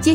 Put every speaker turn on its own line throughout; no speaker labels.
接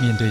面对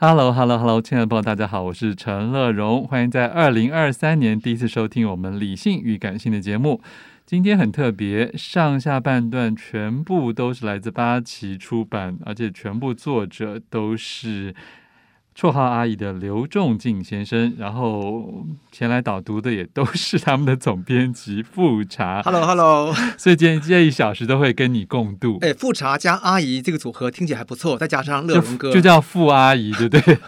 h e l l o h e l l o h e l l o 亲爱的朋友，大家好，我是陈乐荣，欢迎在二零二三年第一次收听我们《理性与感性》的节目。今天很特别，上下半段全部都是来自八旗出版，而且全部作者都是绰号阿姨的刘仲敬先生，然后前来导读的也都是他们的总编辑富察，
Hello，Hello，
所以今天这一小时都会跟你共度。
哎，富察加阿姨这个组合听起来还不错，再加上乐
就
荣哥，
就叫富阿姨，对不对？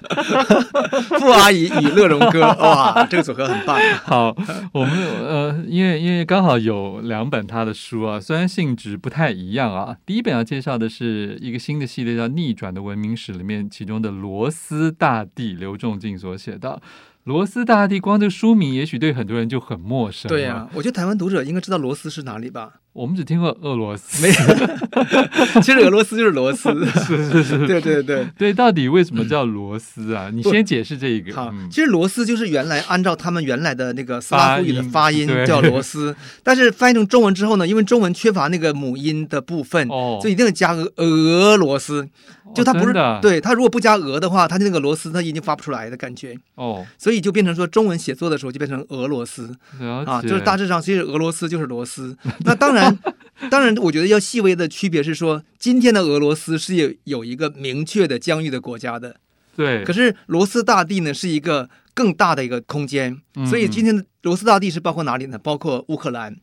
富阿姨与乐荣哥，哇，这个组合很棒。啊
好， 我们呃，因为因为刚好有两本他的书啊，虽然性质不太一样啊。第一本要介绍的是一个新的系列，叫《逆转的文明史》，里面其中的罗斯大帝刘仲敬所写的。罗斯大帝，光这个书名，也许对很多人就很陌生。啊
对呀、，我觉得台湾读者应该知道罗斯是哪里吧？
我们只听过俄罗斯，
没， 其实俄罗斯就是罗斯。
是是是，
对对对，
对，到底为什么叫罗斯啊？你先解释这个。
好，
嗯
其实罗斯就是原来按照他们原来的那个斯拉夫语的
发
发
音
音
对
叫罗斯，但是翻译成中文之后呢，因为中文缺乏那个母音的部分，
哦，
所以一定要加个俄罗斯。就它不
哦
是、
真的
对它如果不加俄的话，它那个罗斯它已经发不出来的感觉。
哦，
所以就变成说中文写作的时候就变成俄罗斯
了解，
啊，就是大致上其实俄罗斯就是罗斯。 那当然，当然，我觉得要细微的区别是说，今天的俄罗斯是有有一个明确的疆域的国家的，
对，
可是罗斯大地呢是一个更大的一个空间，
嗯
所以今天的罗斯大地是包括哪里呢？包括乌克兰，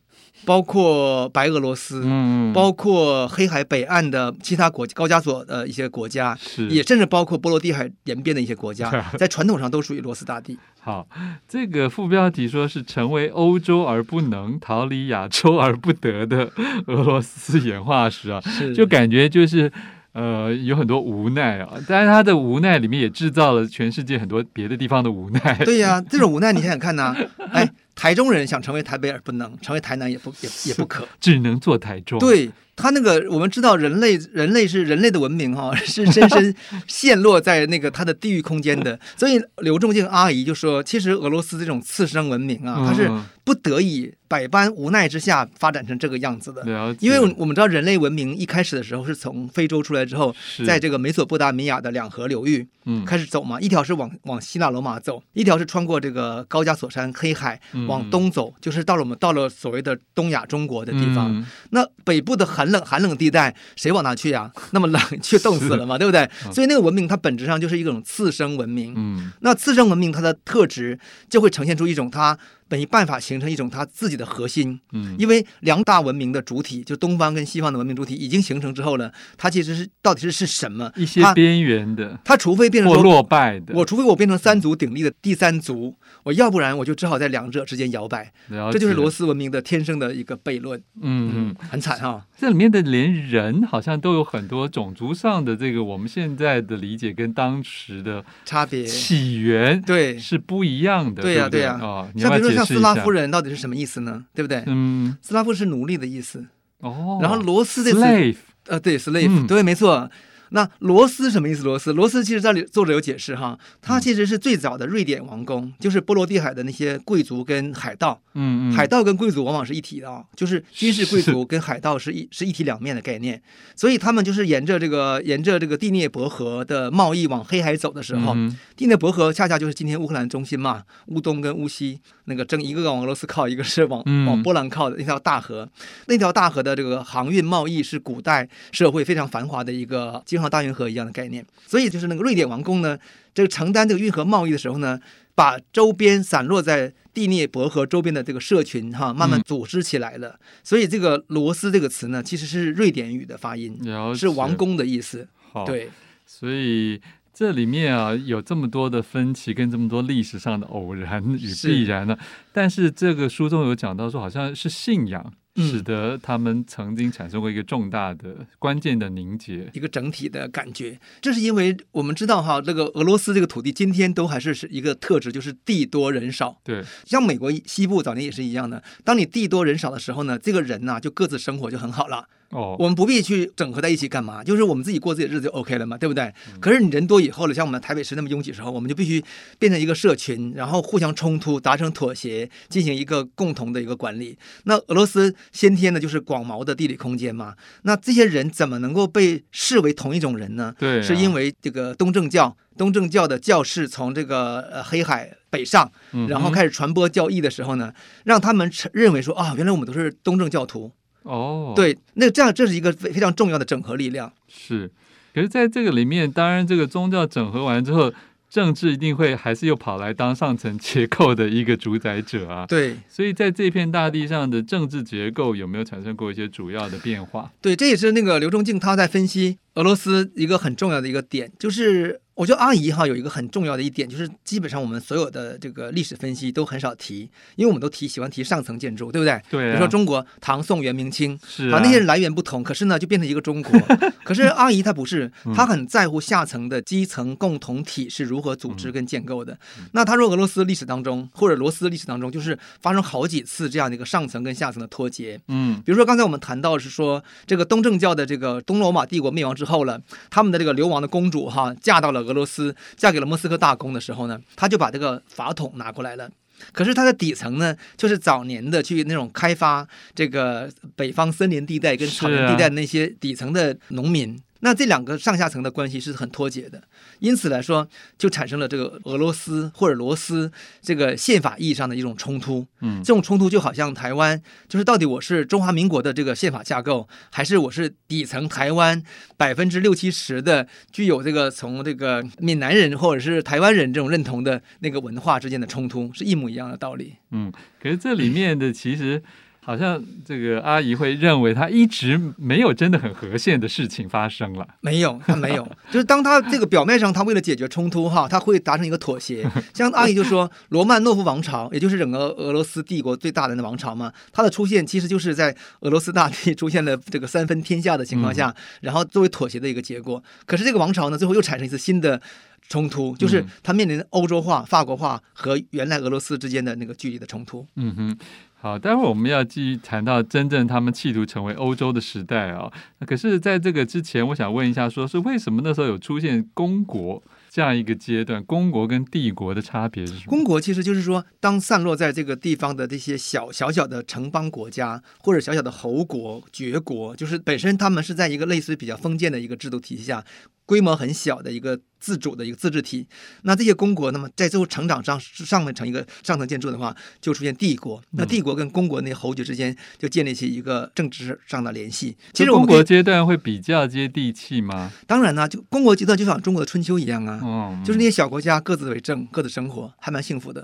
包括白俄罗斯。
嗯，嗯
包括黑海北岸的其他国高加索呃一些国家，
是
也甚至包括波罗的海沿边的一些国家， 在传统上都属于罗斯大地。
好，这个副标题说是成为欧洲而不能，逃离亚洲而不得的俄罗斯演化史啊，
是
就感觉就是。呃，有很多无奈啊，但是他的无奈里面也制造了全世界很多别的地方的无奈。
对呀、这种无奈你想想看呐、 哎，台中人想成为台北而不能，成为台南也不也也不可。
只能做台中。，
对他那个，我们知道人类人类是人类的文明哈、 是深 深陷落在那个它的地域空间的。所以刘仲敬阿姨就说，其实俄罗斯这种次生文明啊，它是
嗯
不得已百般无奈之下发展成这个样子的。
了解，
因为我们知道，人类文明一开始的时候是从非洲出来之后，
是
在这个美索不达米亚的两河流域，
嗯
开始走嘛，一条是往往希腊罗马走，一条是穿过这个高加索山、黑海
嗯
往东走，就是到了我们到了所谓的东亚中国的地方。
嗯
那北部的寒冷寒冷地带，谁往哪去呀、那么冷，却冻死了 嘛，对不对？所以那个文明它本质上就是一种次生文明。
嗯，
那次生文明它的特质就会呈现出一种它没办法形成一种它自己的核心，
嗯
因为两大文明的主体，就东方跟西方的文明主体已经形成之后呢，它其实是到底是是什么？
一些
它
边缘的
它除非变成
或
说
落败的，
我除非我变成三足鼎立的第三足，我要不然我就只好在两者之间摇摆。
了
这就是
解
罗。斯文明的天生的一个悖论，
嗯嗯，
很惨啊哈、
这里面的连人好像都有很多种族上的这个我们现在的理解跟当时的
差别。
起源
对，
是不一样的。
对
呀、
呀
对
对呀
哦，你要
像
不
比
要
如说像
解释
斯
一
拉
下
夫，人到底是什么意思呢？对不对？
嗯，
斯拉夫是奴隶的意思，
哦，
然后罗斯这次
slave
呃对 slave，、
嗯
对，没错。那罗斯什么意思？罗斯，罗斯其实这里作者有解释哈，
嗯
他其实是最早的瑞典王公，就是波罗的海的那些贵族跟海盗，
嗯嗯，
海盗跟贵族往往是一体的啊，就是军事贵族跟海盗是一 是一体两面的概念，所以他们就是沿着这个沿着这个第聂伯河的贸易往黑海走的时候，
嗯
第聂伯河恰恰就是今天乌克兰中心嘛，乌东跟乌西那个正一个往俄罗斯靠，一个是往
嗯
往波兰靠的那条大河，那条大河的这个航运贸易是古代社会非常繁华的一个，就像大运河一样的概念。所以就是那个瑞典王宫呢，这个承担这个运河贸易的时候呢，把周边散落在第聂伯河周边的这个社群哈，慢
嗯
慢组织起来了。所以这个“罗斯”这个词呢，其实是瑞典语的发音，
嗯了解
是王宫的意思。
好，
对，
所以这里面啊有这么多的分歧，跟这么多历史上的偶然与
是
必然呢、但是这个书中有讲到说，好像是信仰
嗯
使得他们曾经产生过一个重大的、关键的凝结。
一个整体的感觉。这是因为我们知道哈，这个俄罗斯这个土地今天都还是是一个特质，就是地多人少。
对，
像美国西部早年也是一样的，当你地多人少的时候呢，这个人呐、就各自生活就很好了，
哦，
我们不必去整合在一起干嘛，就是我们自己过自己的日子就 OK 了嘛，对不对？
嗯
可是你人多以后了，像我们台北市那么拥挤的时候，我们就必须变成一个社群，然后互相冲突，达成妥协，进行一个共同的一个管理。那俄罗斯先天呢就是广袤的地理空间嘛，那这些人怎么能够被视为同一种人呢？
对啊、
是因为这个东正教，东正教的教士从这个呃黑海北上，
嗯
然后开始传播教义的时候呢，让他们承认为说啊，原来我们都是东正教徒。
哦，，
对，那这样这是一个非非常重要的整合力量。
是。可是，在这个里面，当然这个宗教整合完之后，政治一定会还是又跑来当上层结构的一个主宰者啊。
对
所以，在这片大地上的政治结构有没有产生过一些主要的变化？
对，这也是那个刘仲敬他在分析俄罗斯一个很重要的一个点，就是我觉得阿姨哈有一个很重要的一点，就是基本上我们所有的这个历史分析都很少提，因为我们都提喜欢提上层建筑，对不对？
对、啊，
比如说中国唐宋元明清，
是
啊，
啊，
那些人来源不同，可是呢，就变成一个中国。可是阿姨她不是，她很在乎下层的基层共同体是如何组织跟建构的。那她说，俄罗斯历史当中，或者罗斯历史当中，就是发生好几次这样的一个上层跟下层的脱节。
嗯，
比如说，刚才我们谈到是说，这个东正教的这个东罗马帝国灭亡之后了，他们的这个流亡的公主哈，嫁到了俄罗斯，嫁给了莫斯科大公的时候呢，她就把这个法统拿过来了。可是它的底层呢，就是早年的去那种开发这个北方森林地带跟草原地带的那些底层的农民。那这两个上下层的关系是很脱节的，因此来说，就产生了这个俄罗斯或者罗斯这个宪法意义上的一种冲突。
嗯
这种冲突就好像台湾，就是到底我是中华民国的这个宪法架构，还是我是底层台湾百分之六七十的具有这个从这个闽南人或者是台湾人这种认同的那个文化之间的冲突，是一模一样的道理。
嗯可是这里面的其实好像这个阿姨会认为她一直没有真的很和谐的事情发生了。
没有，他没有， 就是当他这个表面上，他为了解决冲突哈，他会达成一个妥协。像阿姨就说，罗曼诺夫王朝，也就是整个俄罗斯帝国最大的那王朝嘛，它的出现其实就是在俄罗斯大地出现了这个三分天下的情况下，然后作为妥协的一个结果。可是这个王朝呢，最后又产生一次新的。冲突就是它面临欧洲化、法国化和原来俄罗斯之间的那个距离的冲突。
嗯哼，好，待会儿我们要继续谈到真正他们企图成为欧洲的时代啊、那可是在这个之前，我想问一下，说是为什么那时候有出现公国这样一个阶段？公国跟帝国的差别是什么？
公国其实就是说，当散落在这个地方的这些小小小的城邦国家，或者小小的侯国、爵国，就是本身他们是在一个类似于比较封建的一个制度体系下，规模很小的一个自主的一个自治体。那这些公国，那么在最后成长上上面成一个上层建筑的话，就出现帝国。那帝国跟公国那侯爵之间就建立起一个政治上的联系。其实我们
公
可
国
以
阶段会比较接地气吗？
当然呢、就公国阶段就像中国的春秋一样啊，
嗯，
就是那些小国家各自为政，各自生活，还蛮幸福的。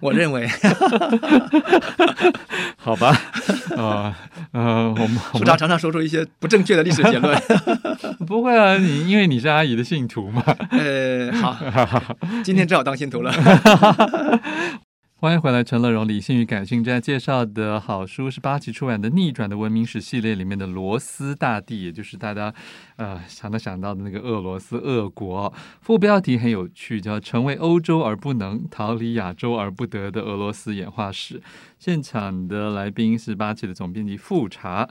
我认为。
好吧，呃呃，我们我
署长
们
常常说出一些不正确的历史结论。
不会啊，你因为你是阿姨的信徒嘛，
呃，好，今天只好当信徒了。
欢迎回来，陈乐荣《理性与感性》正在介绍的好书是八旗出版的《逆转的文明史》系列里面的罗斯大帝，也就是大家呃想到想到的那个俄罗斯俄国。副标题很有趣，叫“成为欧洲而不能，逃离亚洲而不得的俄罗斯演化史”。现场的来宾是八旗的总编辑富察。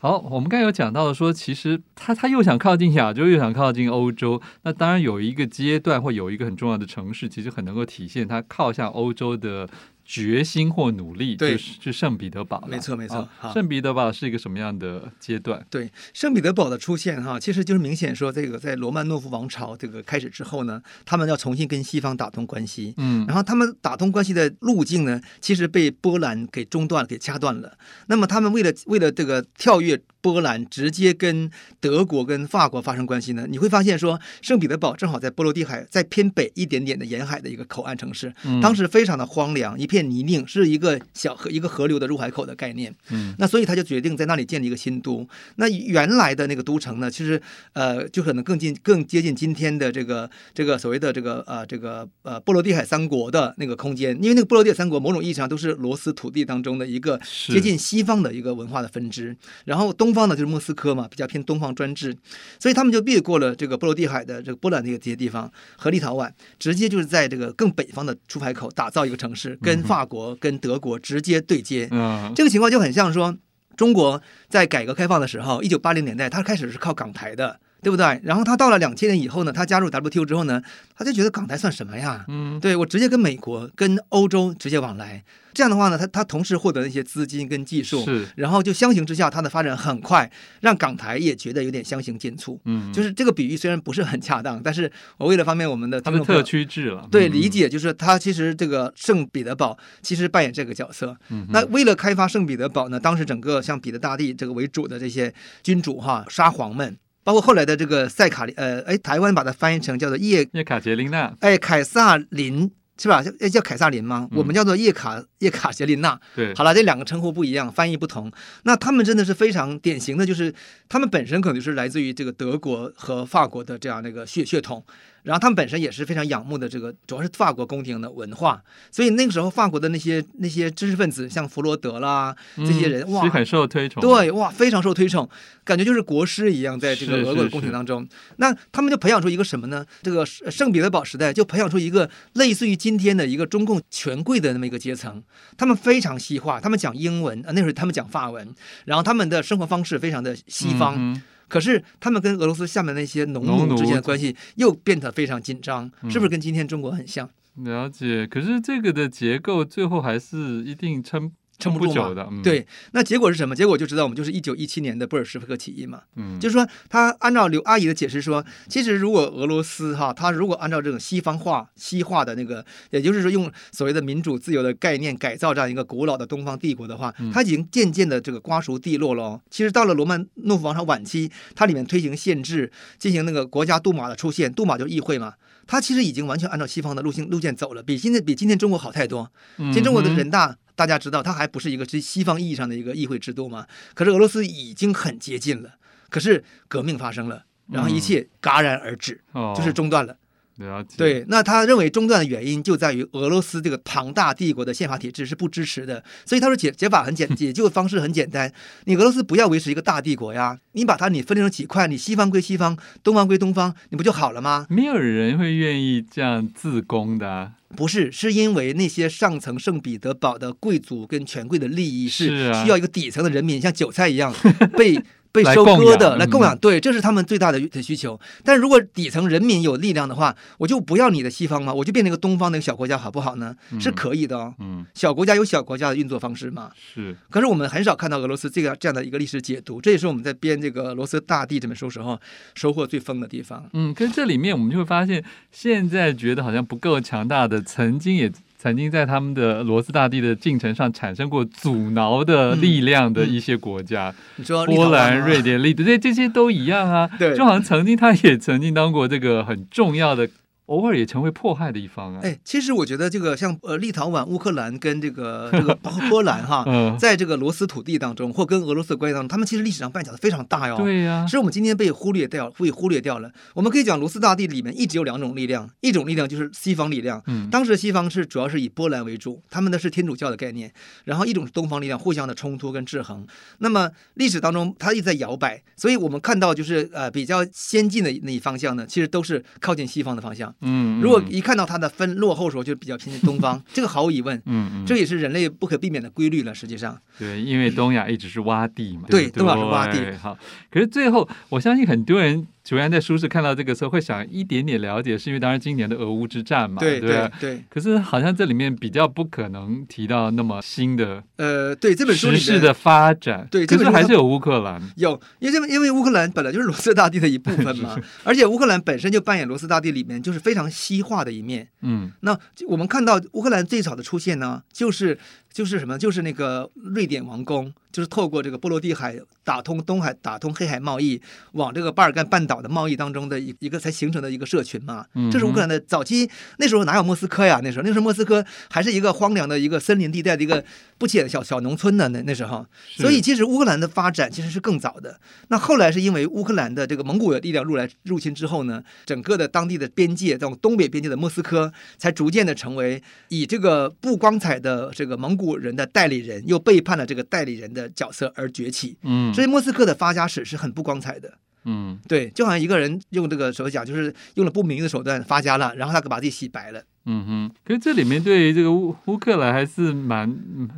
好，我们刚才有讲到说，其实他他又想靠近亚洲，又想靠近欧洲。那当然有一个阶段或有一个很重要的城市，其实很能够体现他靠向欧洲的决心或努力，
对
就是就圣彼得堡啦。
没错没错
啊
好
圣彼得堡是一个什么样的阶段？
对圣彼得堡的出现哈，其实就是明显说，这个在罗曼诺夫王朝这个开始之后呢，他们要重新跟西方打通关系。
嗯
然后他们打通关系的路径呢，其实被波兰给中断、给掐断了。那么他们为了为了这个跳跃波兰，直接跟德国、跟法国发生关系呢，你会发现说，圣彼得堡正好在波罗的海在偏北一点点的沿海的一个口岸城市，
嗯
当时非常的荒凉，一片泥泞，是一个小河、一个河流的入海口的概念。
嗯
那所以他就决定在那里建立一个新都。那原来的那个都城呢，其实呃，就可能更近、更接近今天的这个这个所谓的这个呃这个呃波罗的海三国的那个空间，因为那个波罗的海三国某种意义上都是罗斯土地当中的一个
是
接近西方的一个文化的分支。然后东方呢就是莫斯科嘛，比较偏东方专制，所以他们就越过了这个波罗的海的这个波兰的这些地方和立陶宛，直接就是在这个更北方的出海口打造一个城市，跟法国、跟德国直接对接。
嗯
这个情况就很像说，中国在改革开放的时候，一九八零年代，它开始是靠港台的，对不对？然后它到了两千年以后呢，它加入 WTO 之后呢，他就觉得港台算什么呀？
嗯
对我直接跟美国、跟欧洲直接往来，这样的话呢，他他同时获得了一些资金跟技术，
是
然后就相形之下，它的发展很快，让港台也觉得有点相形见绌。
嗯，
就是这个比喻虽然不是很恰当，但是我为了方便我们的
他
听
们
众朋友
特区制了。
对
嗯
理。解，就是他其实这个圣彼得堡其实扮演这个角色。
嗯哼
那为了开发圣彼得堡呢，当时整个像彼得大帝这个为主的这些君主哈，沙皇们，包括后来的这个塞卡利，呃，哎，台湾把它翻译成叫做叶，
叶卡捷琳娜，
哎，凯撒林是吧？叫哎叫凯撒林吗？
嗯
我们叫做叶卡叶卡捷琳娜。
对，
好了，这两个称呼不一样，翻译不同。那他们真的是非常典型的，就是他们本身可能就是来自于这个德国和法国的这样的一个血血统，然后他们本身也是非常仰慕的这个，主要是法国宫廷的文化。所以那个时候，法国的那些那些知识分子，像弗罗德啦这些人，
嗯
哇
是，很受推崇。，
对，哇，非常受推崇，感觉就是国师一样，在这个
是
俄国
是
的宫廷
是
当中。那他们就培养出一个什么呢？这个圣圣彼得堡时代就培养出一个类似于今天的一个中共权贵的那么一个阶层。他们非常西化，他们讲英文，呃，那时候他们讲法文，然后他们的生活方式非常的西方。
嗯哼
可是他们跟俄罗斯下面那些农
农
奴之
奴嗯
间的关系又变得非常紧张，是不是跟今天中国很像？
了解，可是这个的结构最后还是一定撑
撑不
不
住嘛
久的，嗯，，
对，那结果是什么？结果就知道我们就是一九一七年的布尔什维克起义嘛。
嗯，
就是说，他按照刘阿姨的解释说，其实如果俄罗斯哈，他如果按照这种西方化、西化的那个，也就是说用所谓的民主自由的概念改造这样一个古老的东方帝国的话
嗯，
它已经渐渐的这个瓜熟蒂落了哦。其实到了罗曼诺夫王朝晚期，它里面推行宪制，进行那个国家杜马的出现，杜马就是议会嘛。它其实已经完全按照西方的路线路线走了，比今天比今天中国好太多。
嗯
其实中国的
哼
人大，大家知道，它还不是一个西西方意义上的一个议会制度嘛。可是俄罗斯已经很接近了，可是革命发生了，然后一切戛然而止，
哦，
就是中断了。
了解，，
对，那他认为中断的原因就在于俄罗斯这个庞大帝国的宪法体制是不支持的，所以他说解解法很 简，解救方式很简单，你俄罗斯不要维持一个大帝国呀，你把它你分裂成几块，你西方归西方，东方归东方，你不就好了吗？
没有人会愿意这样自宫的啊，
不是，是因为那些上层圣彼得堡的贵族跟权贵的利益
是
是
啊
需要一个底层的人民像韭菜一 样被。被
来
收
供
割
养
的来供
嗯
养，对，这是他们最大的的需求。但如果底层人民有力量的话，我就不要你的西方嘛，我就变成一个东方的一个小国家，好不好呢？是
嗯
可以的哦。
嗯，
小国家有小国家的运作方式嘛。
是，
可是我们很少看到俄罗斯这个这样的一个历史解读，这也是我们在编这个《罗斯大帝》这本书时候收获最丰的地方。
嗯，可是这里面我们就会发现，现在觉得好像不够强大的，曾经也曾经在他们的罗斯大帝的进程上产生过阻挠的力量
嗯
的一些国家，
你说哦立
波
陶宛啊
兰、
吗
瑞典、立德，对这些都一样啊。
对
就好像曾经他也曾经当过这个很重要的，偶尔也成为迫害的一方啊。
哎，其实我觉得这个像呃立陶宛、乌克兰跟这个这个包括波兰哈，
嗯，
哎在这个罗斯土地当中或跟俄罗斯的关系当中，他们其实历史上绊脚的非常大哟。。
对啊呀、
是我们今天被忽略掉，被忽略掉了。我们可以讲，罗斯大帝里面一直有两种力量，一种力量就是西方力量，
嗯，
当时西方是主要是以波兰为主，他们的是天主教的概念，然后一种是东方力量互相的冲突跟制衡。那么历史当中它一直在摇摆，所以我们看到就是呃比较先进的那一方向呢，其实都是靠近西方的方向。
嗯，嗯
如果一看到它的分落后时候，就比较偏向东 方，这个毫无疑问，
嗯嗯，
这也是人类不可避免的规律了。实际上，
对，因为东亚一直是洼地嘛，
对
不
东亚是洼地
对好，可是最后，我相信很多人主要在书市看到这个时候会想一点点了解，是因为当然今年的俄乌之战嘛，
对
嗯对
对
吧
对，
可是好像这里面比较不可能提到那么新的
呃，对这本书
时
里
事
面
的发展，
对这本
可是
书它
还是有乌克兰，
有，因为这因为乌克兰本来就是罗斯大帝的一部分 嘛，而且乌克兰本身就扮演罗斯大帝里面就是非常西化的一面。
嗯
那我们看到乌克兰最早的出现呢，就是就是什么？就是那个瑞典王宫，就是透过这个波罗的海打通东海、打通黑海贸易，往这个巴尔干半岛的贸易当中的一一个才形成的一个社群嘛。
嗯
这是乌克兰的早期，那时候哪有莫斯科呀？那时候那时候莫斯科还是一个荒凉的一个森林地带的一个不起眼的小小农村呢。那那时候，
是
所以其实乌克兰的发展其实是更早的。那后来是因为乌克兰的这个蒙古的力量入来入侵之后呢，整个的当地的边界，到东北边界的莫斯科，才逐渐的成为以这个不光彩的这个蒙古人的代理人，又背叛了这个代理人的角色而崛起。
嗯
所以莫斯科的发家史是很不光彩的。
嗯
对，就好像一个人用这个手讲，就是用了不明的手段发家了，然后他把自己洗白了。
嗯哼，可是这里面对于这个乌乌克兰还是蛮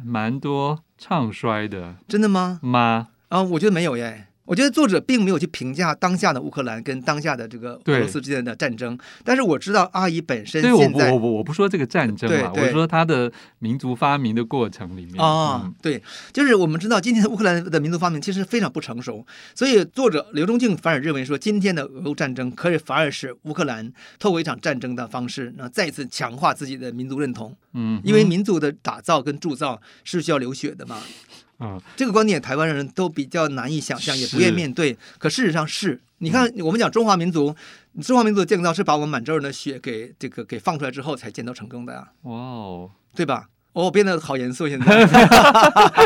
蛮多唱衰的
真的吗？
吗？
啊、我觉得没有耶。我觉得作者并没有去评价当下的乌克兰跟当下的这个俄
对
罗斯之间的战争，但是我知道阿姨本身
对，我
现
不
在
我不我不说这个战争
对
嘛，
对
我说它的民族发明的过程里面
啊、
嗯
对，就是我们知道今天的乌克兰的民族发明其实非常不成熟，所以作者刘忠敬反而认为说，今天的俄乌战争可以反而使乌克兰透过一场战争的方式，那再一次强化自己的民族认同，
嗯，
因为民族的打造跟铸造是需要流血的嘛。
嗯
这个观点台湾人都比较难以想象，也
是
不愿面对。可事实上是，你看，我们讲中华民族，中华民族的建造是把我们满洲人的血给这个给放出来之后才建造成功的啊，
哇哦，
对吧？哦，我变得好严肃现在，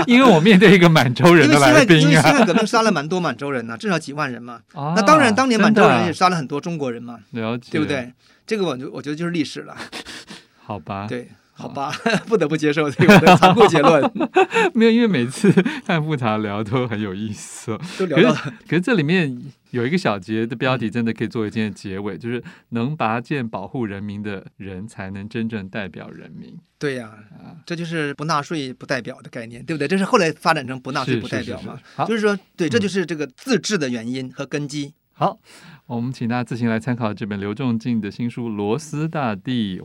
因为我面对一个满洲人
因为
的
辛亥
来
因为
宾
辛
啊，
亥革命杀了蛮多满洲人 呐、至少几万人嘛。
啊
那当然，当年满
真
洲
的啊
人也杀了很多中国人嘛，
了解，
对不？对？这个我就我觉得就是历史 了，
好吧，
对。好吧，不得不接受这个我的残酷结论，
没有，因为每次 看复查聊都很有意思哦。
都聊
可
到
是，可是这里面有一个小节的标题，真的可以做一件结尾，就是能拔剑保护人民的人，才能真正代表人民
对呀、
啊。
这就是不纳税不代表的概念，对不对？这是后来发展成不纳税
是
不
是
代
是
表
是
嘛？
好
就是说，对，这
嗯
就是这个自治的原因和根基。
好，我们请大家自行来参考这本刘仲敬的新书《罗斯大帝》。